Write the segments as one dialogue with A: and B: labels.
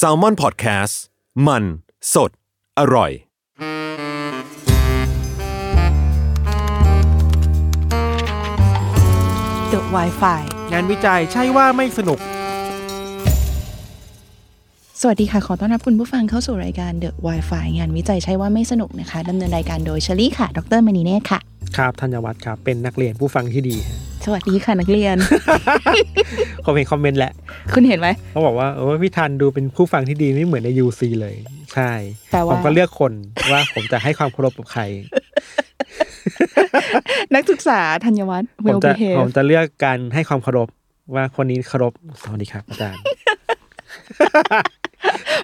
A: s a l m o n PODCAST มันสดอร่อย
B: The Wi-Fi
C: งานวิจัยใช่ว่าไม่สนุก
B: สวัสดีค่ะ ขอต้อนรับคุณผู้ฟังเข้าสู่รายการ The Wi-Fi งานวิจัยใช่ว่าไม่สนุกนะคะดำเนินรายการโดยเชลี่ค่ะ ดรมณีเนตรค่ะ
C: ครับธัญวัฒน์ครับ เป็นนักเรียนผู้ฟังที่ดี
B: ส วัสดีค่ะนักเรียน
C: ผมเห็นคอมเมนต์แหละ
B: คุณเห็นไหม
C: เขาบอกว่าโอ้ยพี่ทันดูเป็นผู้ฟังที่ดีไม่เหมือนใน UC เลย ใช่
B: แปลว่า
C: ผมก็เลือกคนว่าผมจะให้ความเคารพกับใคร
B: นักศึกษาธัญวัฒน์
C: ผม
B: well
C: จะ
B: behave
C: ผมจะเลือกการให้ความเคารพว่าคนนี้เคารพสวัสดีครับอาจารย์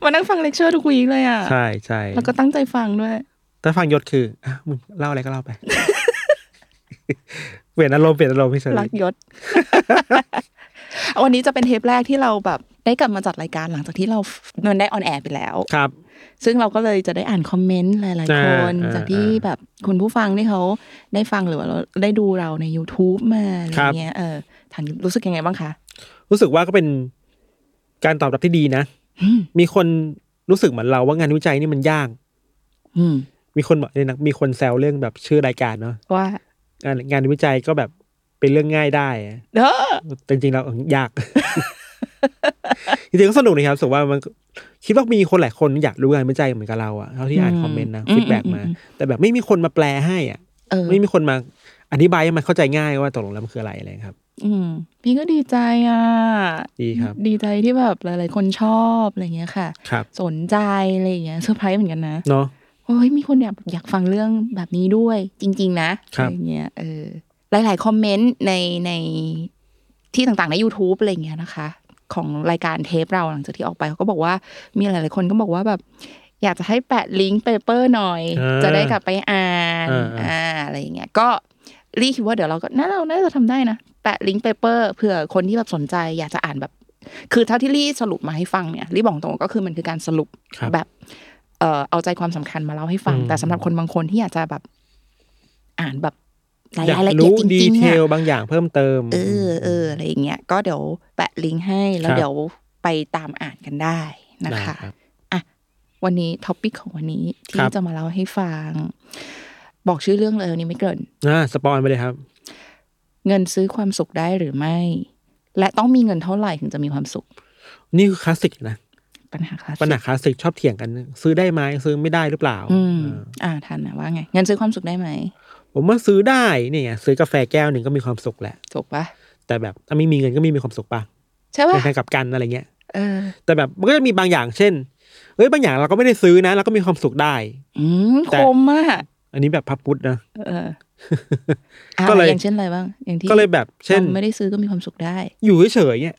B: มานั่งฟังเลคเชอร์ทุกวีคเลยอ่ะ
C: ใช่ใช่
B: แล้วก็ตั้งใจฟังด้วย
C: ถ้าฟังยศคืออ่ะมึงเล่าอะไรก็เล่าไป เปลี่ยนอารมณ์เปลี่ยนอารมณ์พี่เฉ
B: รั
C: ลี่
B: กยศ วันนี้จะเป็นเทปแรกที่เราแบบได้กลับมาจัดรายการหลังจากที่เรามันได้ออนแอร์ไปแล้ว
C: ครับ
B: ซึ่งเราก็เลยจะได้อ่านคอมเมนต์หลาย ๆ คน
C: อ่า
B: จากที่
C: อ่า
B: แบบคุณผู้ฟังที่เขาได้ฟังหรือว่าเราได้ดูเราใน YouTube มาอะไร
C: ครับ
B: เงี้ยเออทันรู้สึกยังไงบ้างคะ
C: รู้สึกว่าก็เป็นการตอบรับที่ดีนะ
B: อืม
C: มีคนรู้สึกเหมือนเราว่างานวิจัยนี่มันยาก
B: อืม
C: มีคนบอกเลยนะมีคนแซวเรื่องแบบชื่อรายการเนาะ
B: ว่า
C: งานงานวิจัยก็แบบเป็นเรื่องง่ายได้อะ
B: เออ
C: แต่จริงๆแล้วยาก จริงๆก็สนุกนะครับรู้สุว่ามันคิดว่ามีคนหลายคนอยากรู้งานวิจัยเหมือนกับเราอะเท่าที่อ่านคอมเมนต์นะฟีดแบ็กมา แต่แบบไม่มีคนมาแปลให้อ่ะ
B: เออ
C: ไม่มีคนมาอธิบายให้มันเข้าใจง่ายว่าตกลงแล้วมันคืออะไรอะไรครับ
B: อืม พี่ก็ดีใจอ่ะ
C: ดีครับ
B: ดีใจที่แบบหลาย ๆ คนชอบอะไรเงี้ยค่ะ
C: ครับ
B: สนใจอะไรเงี้ยเซอร์ไพรส์เหมือนกันนะ
C: เนาะ
B: โอ้ยมีคนอยากอยากฟังเรื่องแบบนี้ด้วย จริง ๆ นะครับ อะไรเงี้ยเออ หลาย ๆ คอมเมนต์ในในที่ต่างๆ ใน YouTube อะไรเงี้ยนะคะ ของรายการเทปเราหลังจากที่ออกไปเขาก็บอกว่ามีหลาย ๆ คนก็บอกว่าแบบ อยากจะให้แปะลิงก์เปเปอร์หน่อย
C: อ่า
B: จะได้กลับไปอ่าน
C: อ่าอ่า
B: อ่าอะไรอย่างเงี้ยก็รีคิดว่าเดี๋ยวเราก็น่าเราน่าจะทำได้นะ แปะลิงก์เปเปอร์เผื่อคนที่แบบสนใจ อยากจะอ่านแบบ คือเท่าที่รีสรุปมาให้ฟังเนี่ยรีบอกตรงก็คือมันคือการสรุป
C: ครับ
B: แบบ เอ่อเอาใจความสำคัญมาเล่าให้ฟัง
C: อืม
B: แต่สำหรับคนบางคนที่อยากจะแบบ อ่านแบบราย
C: อยาก
B: ละเอียด
C: รู้
B: จ
C: ดี
B: ริง
C: เท
B: ๆอะ
C: ลบางอย่างเพิ่มเติม
B: เออเอออะไรอย่างเงี้ยก็เดี๋ยวแปะลิงก์ให้แล้ว
C: ครับ
B: เดี๋ยวไปตามอ่านกันได้นะ
C: ได้
B: คะ
C: รับ
B: วันนี้ท็อปิกของวันนี้
C: ค
B: ที่
C: รับ
B: จะมาเล่าให้ฟัง บอกชื่อเรื่องเลยวันนี้ไม่เกริน
C: อ่าสปอนไปเลยครับ
B: เงินซื้อความสุขได้หรือไม่ และต้องมีเงินเท่าไหร่ถึงจะมีความสุข
C: นี่คือคลาสสิกนะ
B: ปัญหาคลาสสิก
C: ปัญหาคลาสสิกชอบเถียงกัน ซื้อได้ไหมซื้อไม่ได้หรือเปล่า
B: อืม
C: เออ
B: อ่าทันนะว่าไง เงินซื้อความสุขได้ไหม
C: ผมว่าซื้อได้เนี่ยไงซื้อกาแฟแก้วหนึ่งก็มีความสุขแหละ
B: ถูกปะ
C: แต่แบบถ้าไม่มีเงินก็ไม่มีความสุขปะ
B: ใช่ปะ
C: ในทางกลับกันอะไรเงี้ย
B: เออ
C: แต่แบบมันก็จะมีบางอย่างเช่นเอ้ยบางอย่างเราก็ไม่ได้ซื้อนะเราก็มีความสุขได้
B: อืม
C: แต่
B: คมอ่ะ
C: อันนี้แบบพับพุทธนะ
B: เอ ออ่ะ
C: ก็เลย
B: อย่างเช่นอะไรบ้าง อย่างที่
C: ก็เลยแบบเช่น
B: ราไม่ได้ซื้อก็มีความสุขได้
C: อยู่เฉยๆเนี่ย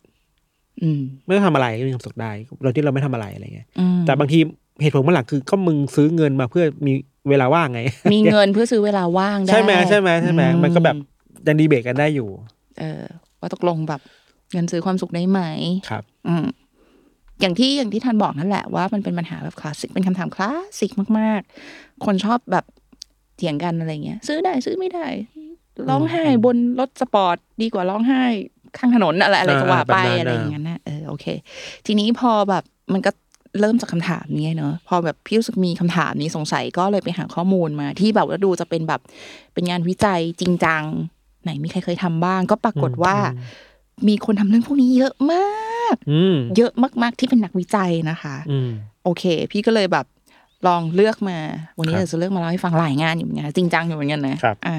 B: อืม
C: ไม่ต้องทำอะไรก็มีความสุขได้เราที่เราไม่ทำอะไรอะไรเงี้ย
B: อืม
C: แต่บางทีเหตุผลมันหลักคือก็มึงซื้อเงินมาเพื่อมีเวลาว่างไง
B: มีเงินเพื่อซื้อเวลาว่างได้
C: ใช่ไหมใช่ไหมใช่ไหม
B: อื
C: มันก็แบบยังดีเบตกันได้อยู่
B: เออ ว่าตกลงแบบเงินซื้อความสุขได้ไหม
C: ครับ
B: อืมอย่างที่อย่างที่ทันบอกนั่นแหละว่ามันเป็นปัญหาแบบคลาสสิกเป็นคำถามคลาสสิกมาก ๆ คนชอบแบบเถียงกันอะไรเงี้ย ซื้อได้ซื้อไม่ได้ ร้องไห้บนรถสปอร์ตดีกว่าร้องไห้ข้างถนนอะไรอะไรก็ว่าไป
C: อ่าๆ
B: อะ
C: แบบนั้น
B: ไรอย่างนั้นนะเออโอเค ทีนี้พอแบบมันก็เริ่มจากคำถามนี้เนอะพอแบบพี่รู้สึกมีคำถามนี้สงสัยก็เลยไปหาข้อมูลมา ที่แบบว่าดูจะเป็นแบบเป็นงานวิจัยจริงจังไหนมีใครเคยทำบ้าง ก็ปรากฏว่า มีคนทำเรื่องพวกนี้เยอะมาก
C: อืม
B: เยอะมาก ๆ ที่เป็นนักวิจัยนะคะ
C: อืม
B: โอเค พี่ก็เลยแบบลองเลือกมา วันนี้
C: ครับ
B: เดี๋ยวจะเลือกมาเล่าให้ฟังหลายงานอยู่เหมือนกันนะจริงจังอยู่เหมือนกันนะครับ อ่า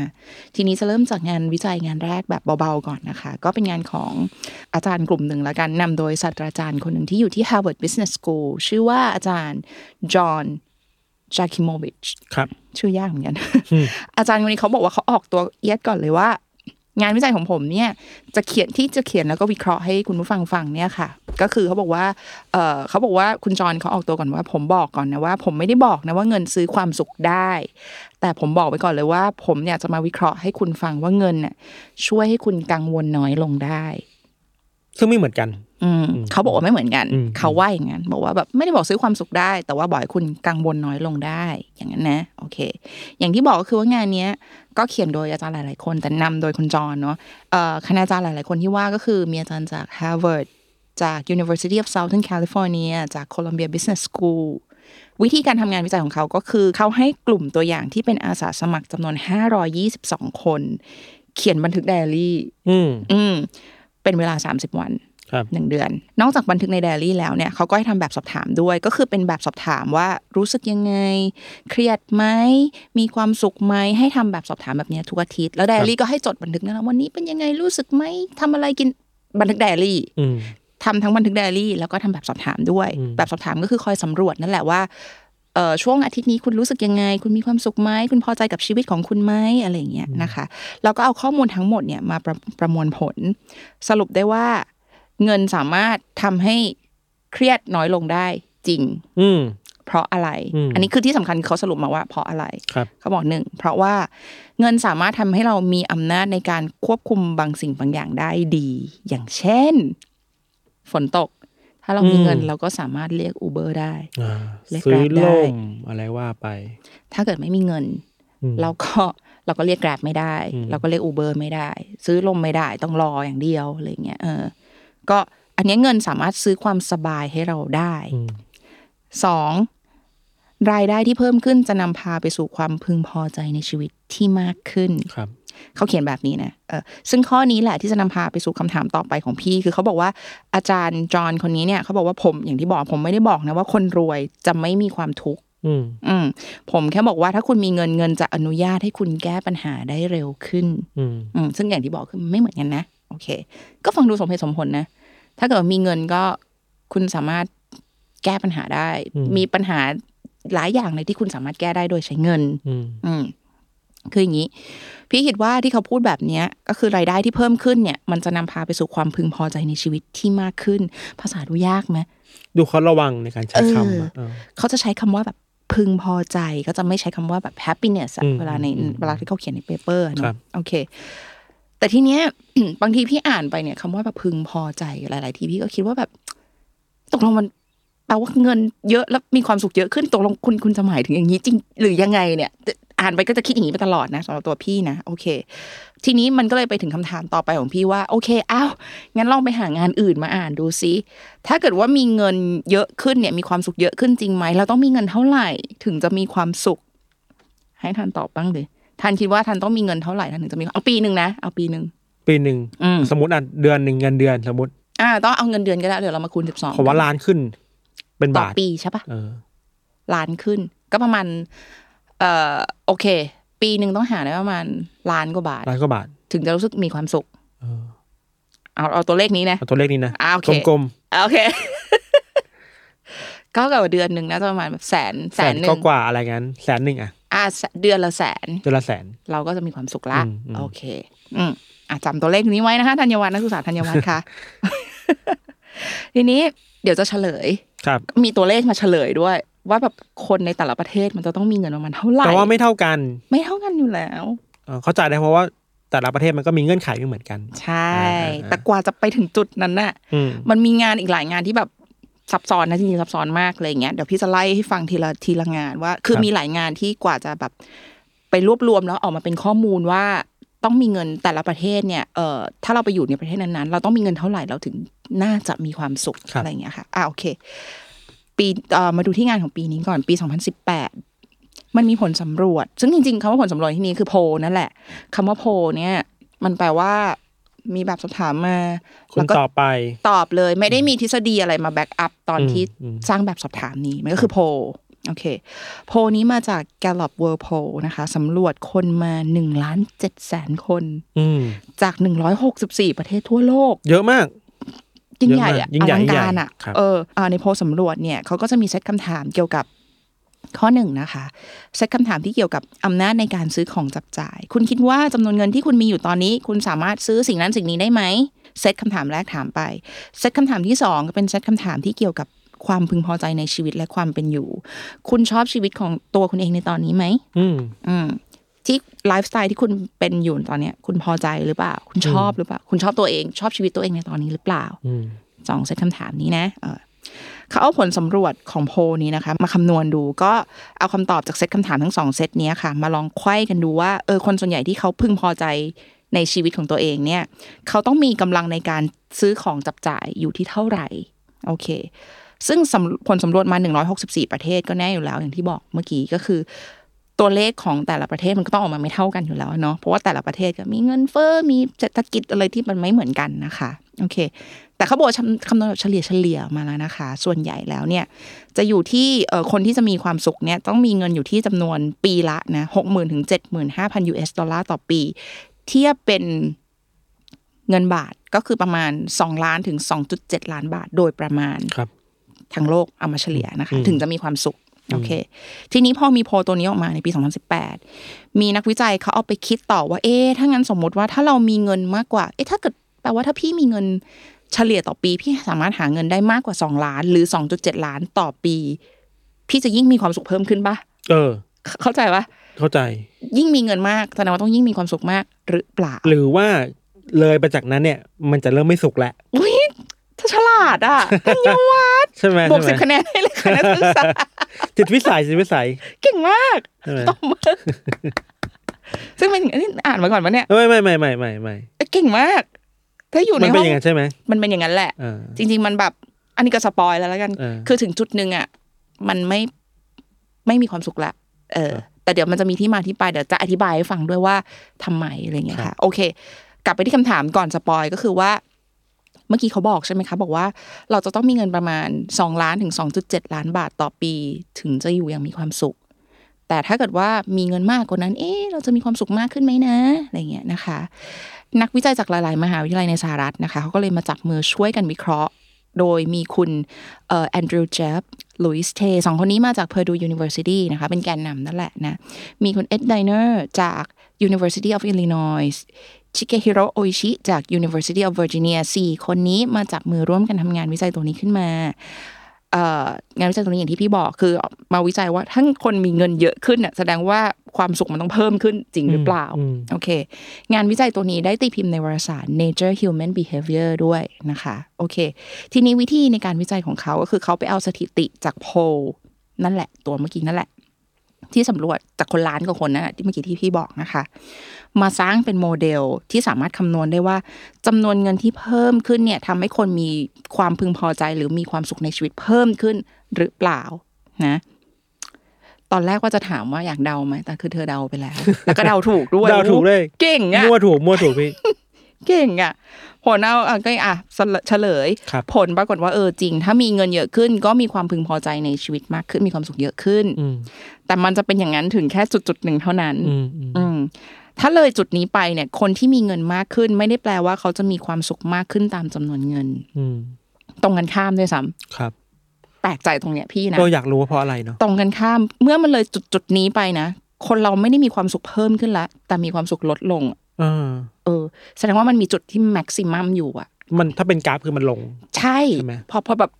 B: ทีนี้จะเริ่มจากงานวิจัยงานแรกแบบเบา ๆ ก่อนนะคะ ก็เป็นงานของอาจารย์กลุ่มหนึ่งแล้วกันนำโดยศาสตราจารย์คนหนึ่งที่อยู่ที่ Harvard Business School ชื่อว่าอาจารย์จอห์นจาคิโมวิช
C: ครับ
B: ชื่อยากเหมือนกัน
C: อืม
B: อาจารย์คนนี้เขาบอกว่าเขาออกตัวเอียดก่อนเลยว่า งานวิจัยของผมเนี่ย จะเขียนที่จะเขียนแล้วก็วิเคราะห์ให้คุณผู้ฟังฟังเนี่ยค่ะ ก็คือเขาบอกว่าเออเขาบอกว่าคุณจรเขาออกตัวก่อนว่า ผมบอกก่อนนะว่า ผมไม่ได้บอกนะว่าเงินซื้อความสุขได้ แต่ผมบอกไปก่อนเลยว่า ผมเนี่ยจะมาวิเคราะห์ให้คุณฟังว่าเงินน่ะช่วยให้คุณกังวลน้อยลงได้
C: ซึ่งไม่เหมือนกัน
B: อืม
C: อืม
B: เขาบอกว่าไม่เหมือนกัน
C: อืม
B: เขาว่าอย่างนั้นบอกว่าแบบไม่ได้บอกซื้อความสุขได้ แต่ว่าบอกให้คุณกังวลน้อยลงได้ อย่างนั้นนะ โอเค อย่างที่บอกก็คือว่างานเนี้ย ก็เขียนโดยอาจารย์หลาย ๆ คน แต่นำโดยคุณจรเนาะเอ่อคณาจารย์หลาย ๆ คนที่ว่าก็คือ มีอาจารย์จาก Harvard จาก University of Southern California จาก Columbia Business School วิธีการทำงานวิจัยของเขาก็คือ เขาให้กลุ่มตัวอย่างที่เป็นอาสาสมัครจำนวน 522 คน เขียนบันทึกไดอารี่
C: อืม
B: อืมเป็นเวลา 30 วัน
C: ครับ
B: หนึ่งเดือน นอกจากบันทึกในไดอารี่แล้วเนี่ยเขาก็ให้ทำแบบสอบถามด้วย ก็คือเป็นแบบสอบถามว่ารู้สึกยังไง เครียดไหมมีความสุขไหมให้ทำแบบสอบถามแบบเนี้ยทุกอาทิตย์แล้วไดอารี่ก็ให้จดบันทึกนะวันนี้เป็นยังไงรู้สึกไหมทำอะไรกินบันทึกไดอารี่
C: อืม
B: ทำทั้งบันทึกไดอารี่แล้วก็ทำแบบสอบถามด้วย
C: อืม
B: แบบสอบถามก็คือคอยสำรวจนั่นแหละว่าเอ่อช่วงอาทิตย์นี้คุณรู้สึกยังไง คุณมีความสุขไหมคุณพอใจกับชีวิตของคุณไหมอะไรอย่างเงี้ยนะคะแล้วก็เอาข้อมูลทั้งหมดเนี่ยมาประประมวลผล สรุปได้ว่า เงินสามารถทำให้เครียดน้อยลงได้จริง
C: อืม
B: เพราะอะไร
C: อืม
B: อันนี้คือที่สำคัญเขาสรุปมาว่าเพราะอะไร
C: ครับ
B: เขาบอกหนึ่งเพราะว่าเงินสามารถทำให้เรามีอำนาจในการควบคุมบางสิ่งบางอย่างได้ดี อย่างเช่น ฝนตก ถ้าเรามี
C: อืม
B: เงินเราก็สามารถเรียกอูเบอร์ได้
C: อ่า
B: เรียก
C: ซื้อ
B: Grab ได้
C: ล่มอะไรว่าไป
B: ถ้าเกิดไม่มีเงิน
C: อืม
B: เราก็เราก็เรียกแกร็บไม่ได้
C: อืม
B: เราก็เรียกอูเบอร์ไม่ได้ ซื้อลมไม่ได้ต้องรออย่างเดียวอะไรเงี้ยเออ ก็อันเนี้ยเงินสามารถซื้อความสบายให้เราได้
C: อืม
B: สองรายได้ที่เพิ่มขึ้นจะนำพาไปสู่ความพึงพอใจในชีวิตที่มากขึ้น
C: ครับ
B: เขาเขียนแบบนี้นะเออซึ่งข้อนี้แหละที่จะนำพาไปสู่คำถามต่อไปของพี่ คือเขาบอกว่าอาจารย์จอห์นคนนี้เนี่ยเขาบอกว่าผมอย่างที่บอกผมไม่ได้บอกนะว่าคนรวยจะไม่มีความทุกข์
C: อืม
B: อืมผมแค่บอกว่าถ้าคุณมีเงินเงินจะอนุญาตให้คุณแก้ปัญหาได้เร็วขึ้น
C: อืม
B: อืมซึ่งอย่างที่บอกคือไม่เหมือนกันนะ โอเค ก็ฟังดูสมเหตุสมผลนะ ถ้าเกิดมีเงินก็คุณสามารถแก้ปัญหาได้
C: อืม
B: มีปัญหาหลายอย่างเลยที่คุณสามารถแก้ได้โดยใช้เงิน
C: อืม
B: อืมคืออย่างนี้ พี่คิดว่าที่เขาพูดแบบเนี้ย ก็คือรายได้ที่เพิ่มขึ้นเนี่ย มันจะนำพาไปสู่ความพึงพอใจในชีวิตที่มากขึ้น ภาษาดูยากไหม
C: ดูเขาระวังในการใช้คำอะ
B: เออ
C: เออ
B: เขาจะใช้คำว่าแบบพึงพอใจก็จะไม่ใช้คำว่าแบบ happiness อะ
C: อืม
B: เวลาใน
C: อืม
B: เวลาที่เขาเขียนในเปเปอร์
C: ครั
B: นาะ
C: บ
B: โอเค แต่ทีเนี้ย บางทีพี่อ่านไปเนี่ยคำว่าแบบพึงพอใจหลาย ๆ ทีพี่ก็คิดว่าแบบตกลงมันแปลว่าเงินเยอะแล้วมีความสุขเยอะขึ้นตกลงคุณคุณจะหมายถึงอย่างนี้จริง หรือยังไงเนี่ยแต่อ่านไปก็จะคิดอย่างนี้ไปตลอดนะสำหรับตัวพี่นะโอเค ทีนี้มันก็เลยไปถึงคำถามต่อไปของพี่ว่าโอเคอ้าวงั้นลองไปหางานอื่นมาอ่านดูซิถ้าเกิดว่ามีเงินเยอะขึ้นเนี่ย มีความสุขเยอะขึ้นจริงไหมเราต้องมีเงินเท่าไหร่ถึงจะมีความสุข ให้ทันตอบบ้างดิทันคิดว่าทันต้องมีเงินเท่าไหร่ทันถึงจะมีเอาปีหนึ่งนะเอาปีหนึ่ง
C: ปีหนึ่ง
B: อืม
C: สมมติอ่ะเดือนหนึ่งเงินเดือนสมมติ
B: อ่าต้องเอาเงินเดือนก็ได้เดี๋ยวเรามาคูณสิบสอง
C: ขอว่าล้านขึ้น เป็
B: ต่อบ
C: นาท
B: ปีใช่ปะ
C: เออ
B: ล้านขึ้น ก็ประมาณ เอ่อโอเค ปีหนึ่งต้องหาได้ประมาณล้านกว่าบาท
C: ล้านกว่าบาท
B: ถึงจะรู้สึกมีความสุข
C: เออ
B: เอาเอาตัวเลขนี้นะ
C: เอาตัวเลขนี้นะ
B: อ่าโอเค
C: กลม
B: อ่าโอเค ก็เกับเดือนหนึ่งนะจะประมาณแบบแสน
C: ๆ
B: แสนหนึ่
C: ก็
B: ง
C: กว่าอะไรงั้น แสนหนึ่งอ่ะ
B: อ่าเดือนละแสน
C: เดือนละแสน
B: เราก็จะมีความสุขละ
C: อืมอืม
B: โอเค อืมอ่ะจำตัวเลขนี้ไว้นะคะธัญวัฒน์นักศึกษาธัญวัฒ น์ค่ะ ทีนี้เดี๋ยวจะเฉลย
C: ครับ
B: มีตัวเลขมาเฉลยด้วย ว่าแบบคนในแต่ละประเทศมันจะต้องมีเงินประมาณเท่าไหร่
C: แต่ว่าไม่เท่ากัน
B: ไม่เท่ากันอยู่แล้ว
C: เออเข้าใจได้เพราะว่าแต่ละประเทศมันก็มีเงื่อนไขไม่เหมือนกัน
B: ใช่
C: อ่าอ่า
B: แต่กว่าจะไปถึงจุดนั้นน่ะ
C: อืม
B: มันมีงานอีกหลายงานที่แบบซับซ้อนนะจริงๆซับซ้อนมากเลยอย่างเงี้ยเดี๋ยวพี่จะไล่ให้ฟังทีละทีละงานว่า คือ
C: ครับ
B: มีหลายงานที่กว่าจะแบบไปรวบรวมแล้วออกมาเป็นข้อมูลว่าต้องมีเงินแต่ละประเทศเนี่ยเอ่อถ้าเราไปอยู่ในประเทศนั้นๆ เราต้องมีเงินเท่าไหร่เราถึงน่าจะมีความสุข
C: ครับ
B: อะไรอย่างเงี้ยค่ะอ่าโอเค ปีเอ่อมาดูที่งานของปีนี้ก่อนปี 2018 มันมีผลสำรวจ ซึ่งจริงๆคำว่าผลสำรวจที่นี่คือโพลนั่นแหละคำว่าโพลเนี่ย มันแปลว่ามีแบบสอบถามมา
C: ค
B: แล้
C: น
B: วก็
C: ต่อไป
B: ตอบเลยไม่ได้มีทฤษฎีอะไรมาแบ็กอัพตอน
C: อืม
B: ที่
C: อืม
B: สร้างแบบสอบถามนี้ มันก็คือโพลโอเค โพลนี้มาจาก Gallup World Poll นะคะสำรวจคนมา1ล้าน7แสนคน
C: อืม
B: จาก 164 ประเทศทั่วโลก
C: เยอะมาก
B: ยิ่งใหญ่อะ
C: เยอะมากยิ่
B: อ
C: ง
B: ลัง
C: ใหญ่
B: การอะ
C: ยิ่งใหญ่ครับ
B: เอออ่าในโพลสำรวจเนี่ยเขาก็จะมีเซตคำถามเกี่ยวกับ ข้อหนึ่งนะคะเซตคำถามที่เกี่ยวกับอำนาจในการซื้อของจับจ่าย คุณคิดว่าจำนวนเงินที่คุณมีอยู่ตอนนี้ คุณสามารถซื้อสิ่งนั้นสิ่งนี้ได้ไหมเซตคำถามแรกถามไปเซตคำถามที่สองเป็นเซตคำถามที่เกี่ยวกับความพึงพอใจในชีวิตและความเป็นอยู่ คุณชอบชีวิตของตัวคุณเองในตอนนี้ไหม
C: อืม
B: อืมที่ไลฟ์สไตล์ที่คุณเป็นอยู่ตอนเนี้ย คุณพอใจหรือเปล่า คุณชอบหรือเปล่า คุณชอบตัวเองชอบชีวิตตัวเองในตอนนี้หรือเปล่า
C: อืม
B: สองเซตคำถามนี้นะเออเขาเอาผลสำรวจของโพลนี้นะคะ มาคำนวณดูก็เอาคำตอบจากเซตคำถามทั้งสองเซตเนี้ยค่ะ มาลองไขว้กันดูว่าเออคนส่วนใหญ่ที่เขาพึงพอใจในชีวิตของตัวเองเนี่ย เขาต้องมีกำลังในการซื้อของจับจ่ายอยู่ที่เท่าไหร่โอเค ซึ่งสำผลสำรวจมา 164 ประเทศก็แน่อยู่แล้วอย่างที่บอกเมื่อกี้ก็คือ ตัวเลขของแต่ละประเทศมันก็ต้องออกมาไม่เท่ากันอยู่แล้วเนาะเพราะว่าแต่ละประเทศก็มีเงินเฟ้อมีเศรษฐกิจอะไรที่มันไม่เหมือนกันนะคะโอเค แต่เขาบอกว่าคำคำนวณแบบเฉลี่ยเฉลี่ยมาแล้วนะคะ ส่วนใหญ่แล้วเนี่ย จะอยู่ที่เอ่อคนที่จะมีความสุขเนี่ยต้องมีเงินอยู่ที่จำนวนปีละนะหกหมื่นถึงเจ็ดหมื่นห้าพัน US ดอลลาร์ต่อปี เทียบเป็นเงินบาทก็คือประมาณ 2 ล้านถึง 2.7 ล้านบาทโดยประมาณ
C: ครับ
B: ทั้งโลกเอามาเฉลี่ยนะคะ
C: อืม
B: ถึงจะมีความสุขโอเค ทีนี้พอมีโพลตัวนี้ออกมาในปี 2018 มีนักวิจัยเขาเอาไปคิดต่อว่า เอ๊ะถ้างั้นสมมติว่าถ้าเรามีเงินมากกว่า เอ๊ะถ้าเกิดแปลว่าถ้าพี่มีเงินเฉลี่ยต่อปี พี่สามารถหาเงินได้มากกว่า 2 ล้าน หรือ 2.7 ล้านต่อปี พี่จะยิ่งมีความสุขเพิ่มขึ้นปะ
C: เออ
B: เข้าใจปะ
C: เข้าใจ
B: ยิ่งมีเงินมากแสดงว่าต้องยิ่งมีความสุขมากหรือเปล่า
C: หรือว่าเลยไปจากนั้นเนี่ย มันจะเริ่มไม่สุกแล้ว
B: อุ้ยถ้าฉลาด อ่ะกัญญาวัฒน์
C: ใช่ไหม
B: บวกสิ
C: ใช่
B: บคะ
C: ไหม
B: แนนให้เลยคะแนนศึกษา
C: จิตวิสัยจิตวิสัย
B: เก่งมาก
C: ใช่ไหม
B: ตบมือ ซึ่งเป็นอันนี้อ่านมาก่อนปะเนี่ย
C: ไม่ไม่ไม่ไม่ไม่ไม่
B: เอ้ยเก่งมาก ถ้าอยู่ใน
C: มั
B: ห้
C: นเป็น
B: อง
C: อย่างนั้นใช่ไหม
B: มันเป็นอย่างนั้นแหละ
C: อ่า
B: จริง ๆ มันแบบ อันนี้ก็สปอยแล้วแล้วกัน
C: เออ
B: คือถึงจุดหนึ่งอ่ะ มันไม่ไม่มีความสุขละ เออ แต่เดี๋ยวมันจะมีที่มาที่ไป เดี๋ยวจะอธิบายให้ฟังด้วยว่าทำไมอะไรอย่างเงี้ยค่ะ โอเค กลับไปที่คำถามก่อนสปอยก็คือว่า เมื่อกี้เขาบอกใช่ไหมคะ บอกว่าเราจะต้องมีเงินประมาณ2ล้านถึง2.7 ล้านบาทต่อปี ถึงจะอยู่อย่างมีความสุข แต่ถ้าเกิดว่ามีเงินมากกว่านั้น เอ๊ะ เราจะมีความสุขมากขึ้นไหมนะ อะไรเงี้ยนะคะ นักวิจัยจากหลาย ๆ มหาวิทยาลัยในสหรัฐนะคะ เขาก็เลยมาจับมือช่วยกันวิเคราะห์ โดยมีคุณเอ่อแอนดรูว์เจฟลุยส์เทสองคนนี้มาจาก Purdue University นะคะ เป็นแกนนำนั่นแหละนะ มีคุณเอ็ดไดเนอร์จาก University of Illinois ชิเกฮิโรโออิชิจาก University of Virginia สี่คนนี้มาจับมือร่วมกันทำงานวิจัยตัวนี้ขึ้นมา เอ่องานวิจัยตรงนี้อย่างที่พี่บอกคือมาวิจัยว่าทั้งคนมีเงินเยอะขึ้นน่ะแสดงว่าความสุขมันต้องเพิ่มขึ้นจริงหรือเปล่า
C: อืม
B: โอเค งานวิจัยตัวนี้ได้ตีพิมพ์ในวารสาร Nature Human Behavior ด้วยนะคะโอเค ทีนี้วิธีในการวิจัยของเขาก็คือเขาไปเอาสถิติจากโพลนั่นแหละ ตัวเมื่อกี้นั่นแหละ ที่สำรวจจากคนล้านกว่าคนนนน่ะที่เมื่อกี้ที่พี่บอกนะคะ มาสร้างเป็นโมเดลที่สามารถคำนวณได้ว่าจำนวนเงินที่เพิ่มขึ้นเนี่ยทำให้คนมีความพึงพอใจหรือมีความสุขในชีวิตเพิ่มขึ้นหรือเปล่านะตอนแรกว่าจะถามว่าอยากเดาไหมแต่คือเธอเดาไปแล้วแล้วก็เดาถูกด้วย
C: เดาถูกเลย
B: เก่งอะ
C: มั่วถูกมั่วถูกพี่
B: เก่งอ่ะ ผลเอาอ่ะก็อ่ะสละเฉลย
C: ครับ
B: ผลปรากฏว่าเออจริง ถ้ามีเงินเยอะขึ้น ก็มีความพึงพอใจในชีวิตมากขึ้นมีความสุขเยอะขึ้น
C: อืม
B: แต่มันจะเป็นอย่างนั้นถึงแค่จุดจุดๆหนึ่งเท่านั้น
C: อืมอืม
B: อืมถ้าเลยจุดนี้ไปเนี่ย คนที่มีเงินมากขึ้น ไม่ได้แปลว่าเขาจะมีความสุขมากขึ้นตามจำนวนเงิน
C: อืม
B: ตรงกันข้ามด้วยซ้
C: ครับ
B: ำแปลกใจตรงเนี้ยพี่นะ
C: ก็อยากรู้ว่าเพราะอะไรเนาะ
B: ตรงกันข้าม เมื่อมันเลยจุดจุดๆนี้ไปนะ คนเราไม่ได้มีความสุขเพิ่มขึ้นละ แต่มีความสุขลดลง
C: เออ
B: เออ แสดงว่ามันมีจุดที่แม็กซิมัมอยู่อะ
C: มันถ้าเป็นกราฟคือมันลง
B: ใช่
C: ใช่ไหม
B: พอพอแบบ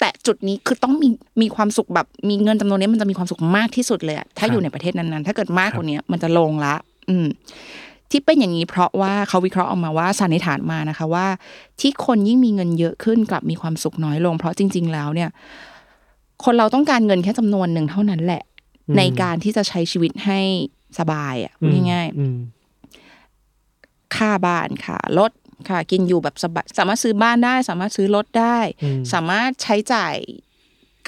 B: แตะจุดนี้คือต้องมีมีความสุขแบบ มีเงินจำนวนนี้มันจะมีความสุขมากที่สุดเลยอะถ้าอยู่ในประเทศนั้นๆ ถ้าเกิดมากกว่านี้มันจะลงละ อืม ที่เป็นอย่างนี้เพราะว่าเขาวิเคราะห์ออกมาว่าสันนิษฐานมานะคะว่า ที่คนยิ่งมีเงินเยอะขึ้นกลับมีความสุขน้อยลง เพราะจริง ๆ แล้วเนี่ย คนเราต้องการเงินแค่จำนวนหนึ่งเท่านั้นแหละ ในการที่จะใช้ชีวิตให้สบายอะพูดง่ายๆ
C: อืม
B: ค่าบ้านค่ะรถค่ะ กินอยู่แบบสบายสามารถซื้อบ้านได้ สามารถซื้อรถได้
C: อืม
B: สามารถใช้จ่าย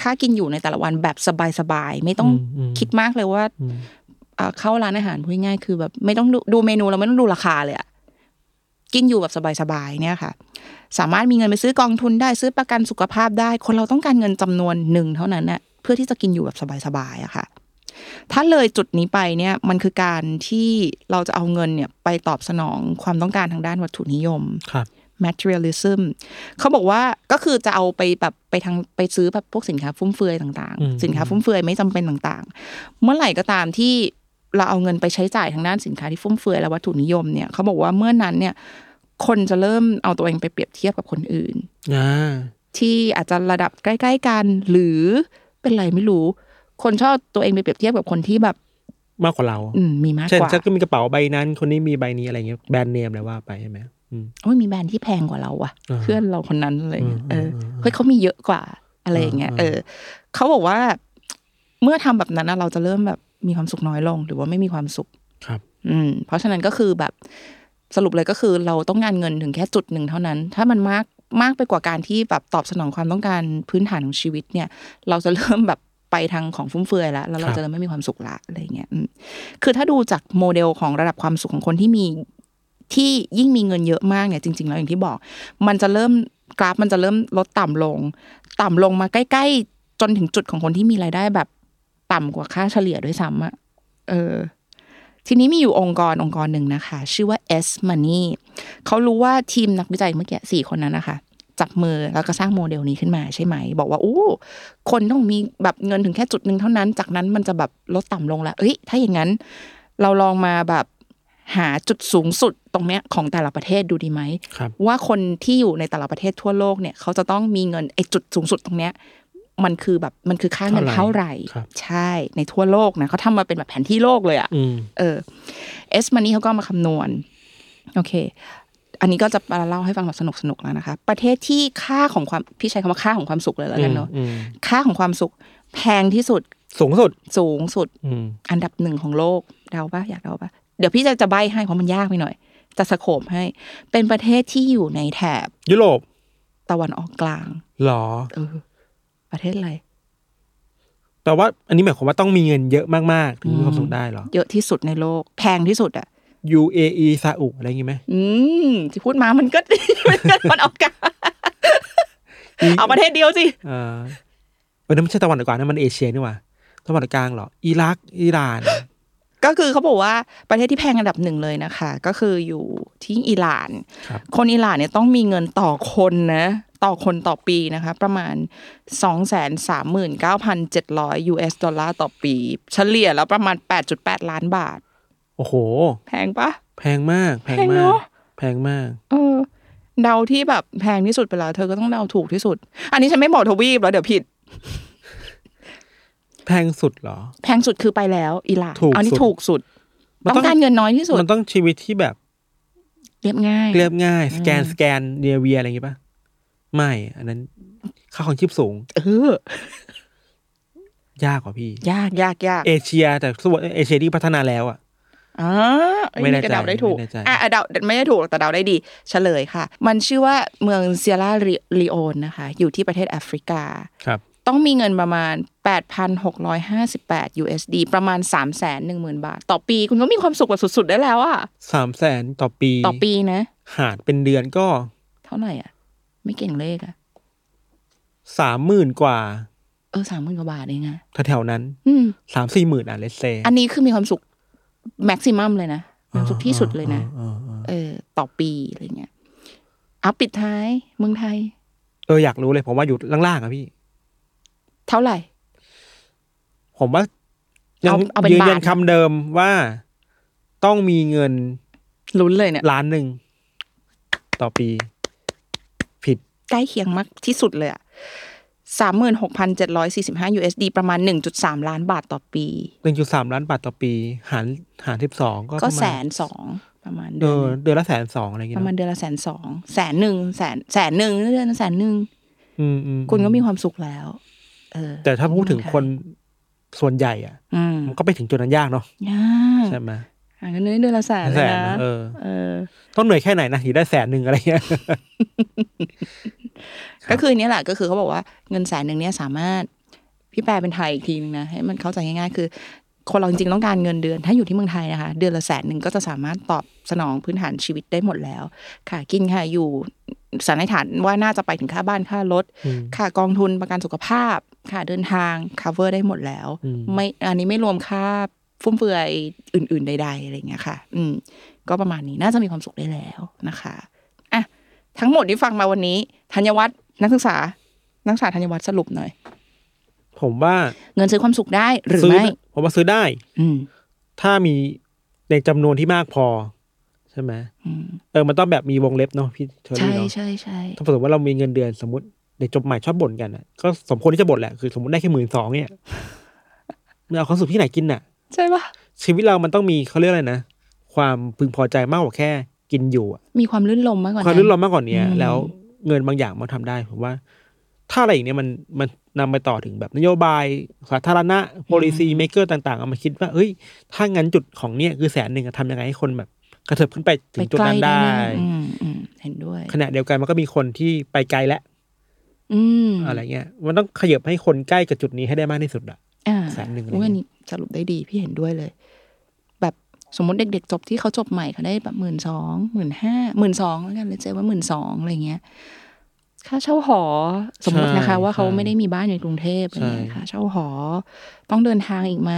B: ค่ากินอยู่ในแต่ละวันแบบสบายๆไม่ต้อง
C: อืมอืม
B: คิดมากเลยว่า
C: อืม
B: เอ่อเข้าร้านอาหารพูดง่ายๆคือแบบไม่ต้องดูดูเมนูเราไม่ต้องดูราคาเลยอะกินอยู่แบบสบายๆเนี่ยค่ะ สามารถมีเงินไปซื้อกองทุนได้ซื้อประกันสุขภาพได้ คนเราต้องการเงินจำนวนหนึ่งเท่านั้นน่ะเพื่อที่จะกินอยู่แบบสบายๆอะค่ะ ถ้าเลยจุดนี้ไปเนี่ยมันคือการที่เราจะเอาเงินเนี่ยไปตอบสนองความต้องการทางด้านวัตถุนิยม
C: ครับ
B: materialism เขาบอกว่าก็คือจะเอาไปแบบไปทางไปซื้อแบบพวกสินค้าฟุ่มเฟือยต่าง
C: อืม
B: ๆ สินค้าฟุ่มเฟือยไม่จำเป็นต่างๆ เมื่อไหร่ก็ตามที่เราเอาเงินไปใช้จ่ายทางด้านสินค้าที่ฟุ่มเฟือยและวัตถุนิยมเนี่ยเขาบอกว่าเมื่อนั้นเนี่ยคนจะเริ่มเอาตัวเองไปเปรียบเทียบกับคนอื่น
C: อ่า
B: ที่อาจจะระดับใกล้ ๆ กัน หรือเป็นไรไม่รู้ คนชอบตัวเองไปเปรียบเทียบกับคนที่แบบ
C: มากกว่าเรา
B: อืมมีมาก
C: เช่น
B: กว่า
C: ฉันก็มีกระเป๋าใบนั้น คนนี้มีใบนี้อะไรเงี้ยแบรนด์เนมอะไรว่าไปใช่ไหมอืม
B: โอ้ยมีแบรนด์ที่แพงกว่าเราอะ
C: อ่า
B: เพื่อนเราคนนั้นอะไรเงี้ยเออ
C: อืมอืมอืม
B: เฮ้ยเขามีเยอะกว่าอะไรอย่างเงี้ย
C: อ่า
B: เออเขาบอกว่า เมื่อทำแบบนั้นอะเราจะเริ่มแบบมีความสุขน้อยลง หรือว่าไม่มีความสุข
C: ครับ
B: อืม เพราะฉะนั้นก็คือแบบสรุปเลยก็คือเราต้องการเงินถึงแค่จุดหนึ่งเท่านั้น ถ้ามันมากมากไปกว่าการที่แบบตอบสนองความต้องการพื้นฐานของชีวิตเนี่ย เราจะเริ่มแบบไปทางของฟุ่มเฟือยแล้วแล้วเรา
C: ครับ
B: จะเริ่มไม่มีความสุขละอะไรเงี้ยอืมคือถ้าดูจากโมเดลของระดับความสุขของคนที่มีที่ยิ่งมีเงินเยอะมากเนี่ยจริง ๆ แล้วอย่างที่บอก มันจะเริ่มกราฟมันจะเริ่มลดต่ำลง ต่ำลงมาใกล้ ๆ จนถึงจุดของคนที่มีรายได้แบบต่ำกว่าค่าเฉลี่ยด้วยซ้ำอะเออ ทีนี้มีอยู่องค์กรองค์กรหนึ่งนะคะ ชื่อว่า S Money เขารู้ว่าทีมนักวิจัยเมื่อกี้สี่คนนั้นนะคะ จับมือแล้วก็สร้างโมเดลนี้ขึ้นมาใช่ไหม บอกว่าอู้คนต้องมีแบบเงินถึงแค่จุดหนึ่งเท่านั้น จากนั้นมันจะแบบลดต่ำลงละเอ้ย ถ้าอย่างนั้น เราลองมาแบบหาจุดสูงสุดตรงเนี้ยของแต่ละประเทศดูดีไหม
C: ครับ
B: ว่าคนที่อยู่ในแต่ละประเทศทั่วโลกเนี่ย เขาจะต้องมีเงินไอ้จุดสูงสุดตรงเนี้ย มันคือแบบมันคือค่าเงินเท่าไหร่
C: เท่าไหร่ครับ
B: ใช่ในทั่วโลกนะเขาทำมาเป็นแบบแผนที่โลกเลยอะ
C: อืม
B: เออเอสมันนี่เขาก็มาคำนวณ โอเค อันนี้ก็จะมาเล่าให้ฟังแบบสนุกๆแล้วนะคะ ประเทศที่ค่าของความพี่ใช้คำว่าค่าของความสุขเลยแล้วกันเนาะ
C: อืมอืม
B: ค่าของความสุขแพงที่สุด
C: สูงสุด
B: สูงสุด
C: อืม
B: อันดับหนึ่งของโลกเดาปะอยากเดาปะเดี๋ยวพี่จะจะใบให้เพราะมันยากไปหน่อย จะสโคบให้ เป็นประเทศที่อยู่ในแถบ
C: ยุโรป
B: ตะวันออกกลาง
C: หรอ
B: เออประเทศอะไร
C: แต่ว่าอันนี้หมายความว่าต้องมีเงินเยอะมากๆ ถึงมีความสุขได้เหรอ
B: เยอะที่สุดในโลก แพงที่สุดอ่ะ
C: UAE ซาอุอะไรอย่างงี้ไหม
B: อืมที่ พูดมามันก็ มันก็ตะวันออกกลางเอาประเทศเดียวสิ
C: เออเออนั่นไม่ใช่ตะวันออกกลางนั่นมันเอเชียนี่หว่าตะวันออกกลางเหรอ อิรัก อิหร่าน
B: ก็คือเขาบอกว่าประเทศที่แพงอันดับหนึ่งเลยนะคะ ก็คืออยู่ที่อิหร่าน
C: ครับ
B: คนอิหร่านเนี่ยต้องมีเงินต่อคนนะ ต่อคนต่อปีนะคะ ประมาณ 2 3 9 7 0 0 US ดอลลาร์ต่อปี เฉลี่ยแล้วประมาณ 8.8 ล้านบาท
C: โอ้โห
B: แพงปะ
C: แพงมาก แพง
B: แพง
C: มา
B: เน
C: ก
B: อะ
C: แพงมาก
B: เออ เดาที่แบบแพงที่สุดไปแล้ว เธอก็ต้องเดาถูกที่สุด อันนี้ฉันไม่บอกทวีปแล้วเดี๋ยวผิด
C: แพงสุดเหรอ
B: แพงสุดคือไปแล้วอิหร่าน
C: ถูกสุด
B: อันนี้ถูกสุด
C: มัน
B: ต้องการเงินน้อยที่สุด
C: มันต้องชีวิตที่แบบ
B: เรียบง่าย
C: เรียบง่าย สแกนสแกนเนียเวียอะไรอย่างงี้ปะไม่ อันนั้น ค่าของชีพสูง
B: เออ
C: ยากกว่าพี่
B: ยากยากยาก
C: เอเชีย แต่ส่วนเอเชียที่พัฒนาแล้วอ่ะ
B: อ่า
C: ไม่
B: ไม่
C: แน่
B: ได้
C: ใจ
B: เดาได้ถูก
C: ไม่แน่ใจ
B: อ่ะอ่ะเดาไม่ได้ถูกหรอกแต่เดาได้ดี เฉลยค่ะ มันชื่อว่าเมืองเซียร่าลีโอนนะคะ อยู่ที่ประเทศแอฟริกา
C: ครับ
B: ต้องมีเงินประมาณ 8,658 USD ประมาณ 310,000 บาท ต่อปีคุณก็มีความสุขแบบสุด ๆ ได้แล้วอะ
C: สามแสนต่อปี
B: ต่อปีนะ
C: หารเป็นเดือนก็
B: เท่าไหร่อะไม่เก่งเลขอะ
C: สามหมื่นกว่า
B: เออสามหมื่นกว่าบาทเองอะ
C: แถวๆนั้น
B: อืม
C: สามสี่หมื่นอ่ะเลสเซ
B: อันนี้คือมีความสุขแม็กซิมัมเลยนะมีความสุขที่สุดเลยนะ
C: อ่าอ่าอ่า
B: เออ ต่อปีอะไรเงี้ยอ่ะปิดท้ายเมืองไทย
C: เอออยากรู้เลยผมว่าอยู่ล่างๆอะพี่
B: เท่าไหร่
C: ผมว่ายั
B: เอาเอาเป็น
C: ยืนยัน
B: บาท
C: คำเดิมว่าต้องมีเงิน
B: ลุ้นเลยเนี่ย
C: ล้านหนึ่งต่อปี ผิด
B: ใกล้เคียงมากที่สุดเลยอะสามหมื่นหกพันเจ็ดร้อยสี่สิบห้า USD ประมาณหนึ่งจุดสามล้านบาทต่อปี
C: หนึ่งจุดสามล้านบาทต่อปี หารหารสิบสองก็
B: ก็
C: ประมาณ
B: แสนสองประมาณ
C: เอ
B: เดือน
C: อ
B: หนึ่ง
C: เดือนละแสนสองอะไรอย่า
B: ป
C: งเงี้ย
B: ระมาณ
C: เนอะ
B: เดือนละแสนสองแสนหนึ่งแสนแสนหนึ่งเดือนละแสนหนึ่ง
C: อืมอืม
B: คุณก็มีความสุขแล้ว เออ
C: แต่ถ้าพูดถึงคนส่วนใหญ่อ่ะ
B: อืม
C: มันก็ไปถึงจุดนั้นยากเนาะ
B: ยาก
C: ใช่ไหม
B: หาเงินเดือนละแสนเล
C: แส
B: ย
C: น
B: นะ
C: นะเออ
B: เออ
C: ต้องเหนื่อยแค่ไหนนะถึงได้แสนหนึ่งอะไรเงี้ย
B: ก็คืออนเนี้ยแหละก็คือเขาบอกว่าเงินแสนหนึ่งเนี่ยสามารถพี่แปลเป็นไทยอีกทีนึงนะให้มันเข้าใจง่ายๆ คือ คนเราจริงๆต้องการเงินเดือน ถ้าอยู่ที่เมืองไทยนะคะ เดือนละแสนหนึ่งก็จะสามารถตอบสนองพื้นฐานชีวิตได้หมดแล้ว ค่ะกินค่ะอยู่สันนิษฐานว่าน่าจะไปถึงค่าบ้านค่ารถ
C: อืม
B: ค่ากองทุนประกันสุขภาพค่าเดินทาง cover ได้หมดแล้ว
C: อืม
B: ไม่อันนี้ไม่รวมค่าฟุ่มเฟือยอื่น ๆใด ๆอะไรอย่างเงี้ยค่ะ อืม ก็ประมาณนี้น่าจะมีความสุขได้แล้วนะคะอ่ะ ทั้งหมดที่ฟังมาวันนี้ธัญวัฒน์นักศึกษา นักศึกษาธัญวัฒน์สรุปหน่อย
C: ผมว่า
B: เงินซื้อความสุขได้หรือ
C: ซื้อ
B: ไม่
C: ผมว่าซื้อได้
B: อืม
C: ถ้ามีในจำนวนที่มากพอ ใช่ไหม
B: อืม
C: เออมันต้องแบบมีวงเล็บเนาะพี่เชอรี่
B: ใช่
C: เนาะ
B: ใช่ใช่
C: ถ้าสมมติว่าเรามีเงินเดือนสมมติเด็กจบใหม่ชอบบ่นกันอ่ะก็สมควรที่จะบ่นแหละคือ สมมติได้แค่หมื่นสองเนี่ย มันเอาความสุขที่ไหนกินอ่ะ
B: ใช่ปะ
C: ชีวิตเรามันต้องมีเขาเรียกอะไรนะความพึงพอใจมากกว่าแค่กินอยู่อะ
B: มีความลื่นลมมากกว่า
C: ความรื่นรม
B: น
C: มากกว่านี้
B: อืม
C: แล้วเงินบางอย่างมาทำได้ผมว่า ถ้าอะไรอย่างเนี้ยมันมันนำไปต่อถึงแบบนโยบายสาธารณะ policy maker ต่าง ๆ เอามาคิดว่าเอ้ย ถ้างั้นจุดของเนี้ยคือแสนหนึ่งอะทำยังไงให้คนแบบกระเถิบขึ้นไปถึ
B: ไป
C: งจุด
B: ไกล
C: นั้น
B: ได้
C: ได้
B: แน่อืมอืมเห็นด้วย
C: ขณะเดียวกันมันก็มีคนที่ไปไกลแล้ว
B: อืม
C: อะไรเงี้ย มันต้องขยับให้คนใกล้กับจุดนี้ให้ได้มากที่สุดอะ
B: อ่า
C: แสนหนึ่งอะไร
B: อุ๊ย
C: เงี้ย
B: อันนี้สรุปได้ดีพี่เห็นด้วยเลย แบบสมมติเด็กๆจบที่เขาจบใหม่เขาได้แบบหมื่นสองหมื่นห้าหมื่นสองแล้วกันเลยเจ๊ว่าหมื่นสองอะไรเงี้ยค่าเช่าหอสมมตินะคะ ว่าเขาไม่ได้มีบ้านอยู่ในกรุงเทพอะไรเงี้ยค่ะเช่าหอ ต้องเดินทางอีกไหม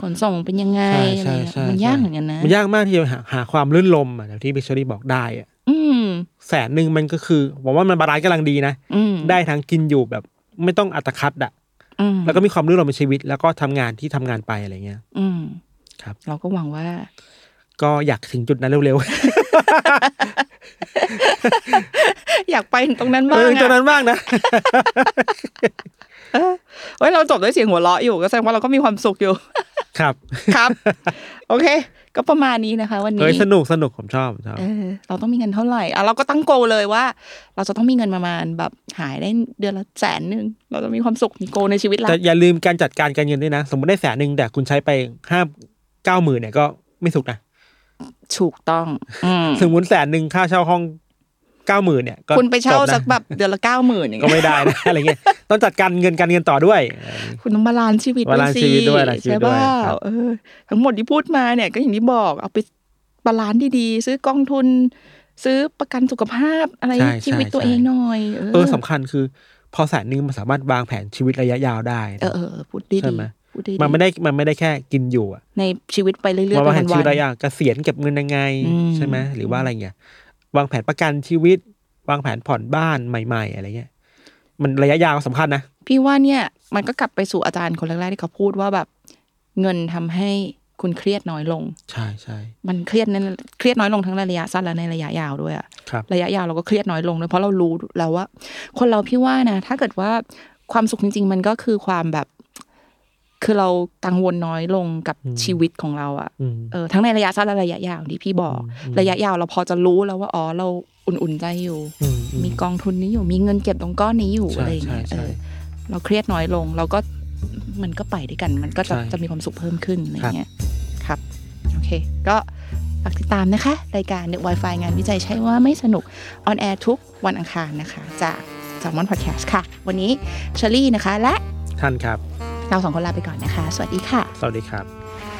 B: ขนส่งเป็นยังไงอะไรเงี้ยมันยากเหมือนกันนะ
C: มันยากมากที่จะหาหาความลื่นลมอะอย่างที่บิชอรี่บอกได้อะ
B: อืม
C: แสนหนึ่งมันก็คือผมว่ามันบาลานซ์กำลังดีนะ
B: อืม
C: ได้ทั้งกินอยู่แบบไม่ต้องอัตคัดอะ
B: อืม
C: แล้วก็มีความรื่นรมในชีวิต แล้วก็ทำงานที่ทำงานไปอะไรเงี้ย
B: อืม
C: ครับ
B: เราก็หวังว่า
C: ก็อยากถึงจุดนั้นเร็ว
B: อยากไปถึงตรงนั้น
C: ๆ
B: บ้า
C: เอง อจุด
B: อะ
C: นั้นบ้างนะ
B: เฮ้ยเราจบด้วยเสียงหัวเราะอยู่ก็แสดงว่าเราก็มีความสุขอยู่
C: ครับ
B: ครับ โอเค ก็ประมาณนี้นะคะ วัน
C: เฮ้
B: นี้
C: ยสนุกสนุกผมชอบผมชอบ
B: เออเราต้องมีเงินเท่าไหร่อ่ะเราก็ตั้งโกลเลยว่า เราจะต้องมีเงินประมาณแบบหายได้เดือนละแสนหนึ่งเราจะมีความสุขมีโกลในชีวิตเรา
C: แต่อย่าลืมการจัดการการเงินด้วยนะ สมมติได้แสนหนึ่งแต่คุณใช้ไปห้าเก้าหมื่นเนี่ยก็ไม่สุกนะ
B: ถูกต้องอืม
C: สมมติแสนหนึ่งค่าเช่าห้องเก้าหมื่นเนี่ยก็
B: คุณไปเช่า
C: จนะ
B: สักแบบเดือนละเก้าหมื่นอย่าง
C: ก็
B: เงี้ย
C: ไม่ได้นะ อะไรเงี้ยต้องจัดการเงินการเงินต่อด้วย
B: คุณต้องบาลานซ์ชีวิต
C: บาลานซ์
B: สิ
C: ชีวิตด้วยบาลานซ์ชีวิ
B: ใช่
C: ตด้วย
B: ป่า
C: ครับ
B: เออ ทั้งหมดที่พูดมาเนี่ยก็อย่างที่บอกเอาไปบาลานซ์ดีๆซื้อกองทุน ซื้อประกันสุขภาพอะไร
C: ใช่
B: ชีวิต
C: ใช่
B: ตัว
C: ใช่
B: เองหน่อย
C: เออสำคัญคือพอแสนหนึ่งมันสามารถวางแผนชีวิตระยะยาวได้นะ
B: เออเออเออพูดดี
C: ใช่
B: ดี
C: ไหม
B: พูดดี
C: มันไม่ได้มันไม่ได้แค่กินอยู่อะ
B: ในชีวิตไปเรื่อยๆ
C: มันวางแผน
B: เป็
C: ชี
B: วั
C: วิ
B: น
C: ต
B: ๆ
C: ระยะเกษียณเก็บเงินยังไง
B: อืม
C: ใช่ไหมหรือว่าอะไรเงี้ยวางแผนประกันชีวิต วางแผนผ่อนบ้านใหม่ ๆ อะไรเงี้ย มันระยะยาวสำคัญนะ
B: พี่ว่าเนี่ยมันก็กลับไปสู่อาจารย์คนแรกๆที่เขาพูดว่าแบบ เงินทำให้คุณเครียดน้อยลง
C: ใช่ใช่
B: มันเครียดในเครียดน้อยลงทั้งในระยะสั้นและในระยะยาวด้วยอะ
C: ครับ
B: ระยะยาวเราก็เครียดน้อยลงด้วยเพราะเรารู้แล้วว่า คนเราพี่ว่านะถ้าเกิดว่าความสุขจริง ๆ มันก็คือความแบบ คือเรากังวลน้อยลงกับ
C: อืม
B: ชีวิตของเราอะ
C: อืม
B: เออทั้งในระยะสั้นและระยะยาวอย่างที่พี่บอก
C: อืม
B: ระยะยาวเราพอจะรู้แล้วว่าอ๋อเราอุ่นๆใจอยู่
C: อืมอืม
B: มีกองทุนนี้อยู่มีเงินเก็บตรงก้อนนี้อยู่
C: ใช่
B: อะไรอย่างเงี้ย
C: ใช่
B: เอ
C: ใช่
B: อเราเครียดน้อยลง เราก็มันก็ไปด้วยกัน มันก็จะ
C: ใช่
B: จะมีความสุขเพิ่มขึ้นอะไรอ
C: ครับ
B: ย่างเงี้ยครับโอเค ก็ฝากติดตามนะคะ รายการ The Wi-Fi งานวิจัยใช่ว่าไม่สนุกออนแอร์ทุกวันอังคารนะคะ จากจากมอนพอดแคสต์ค่ะ วันนี้เชอรี่นะคะ และ
C: ท่านครับ
B: เราสองคนลาไปก่อนนะคะ สวัสดีค่ะ
C: สวัสดีครับ
B: ค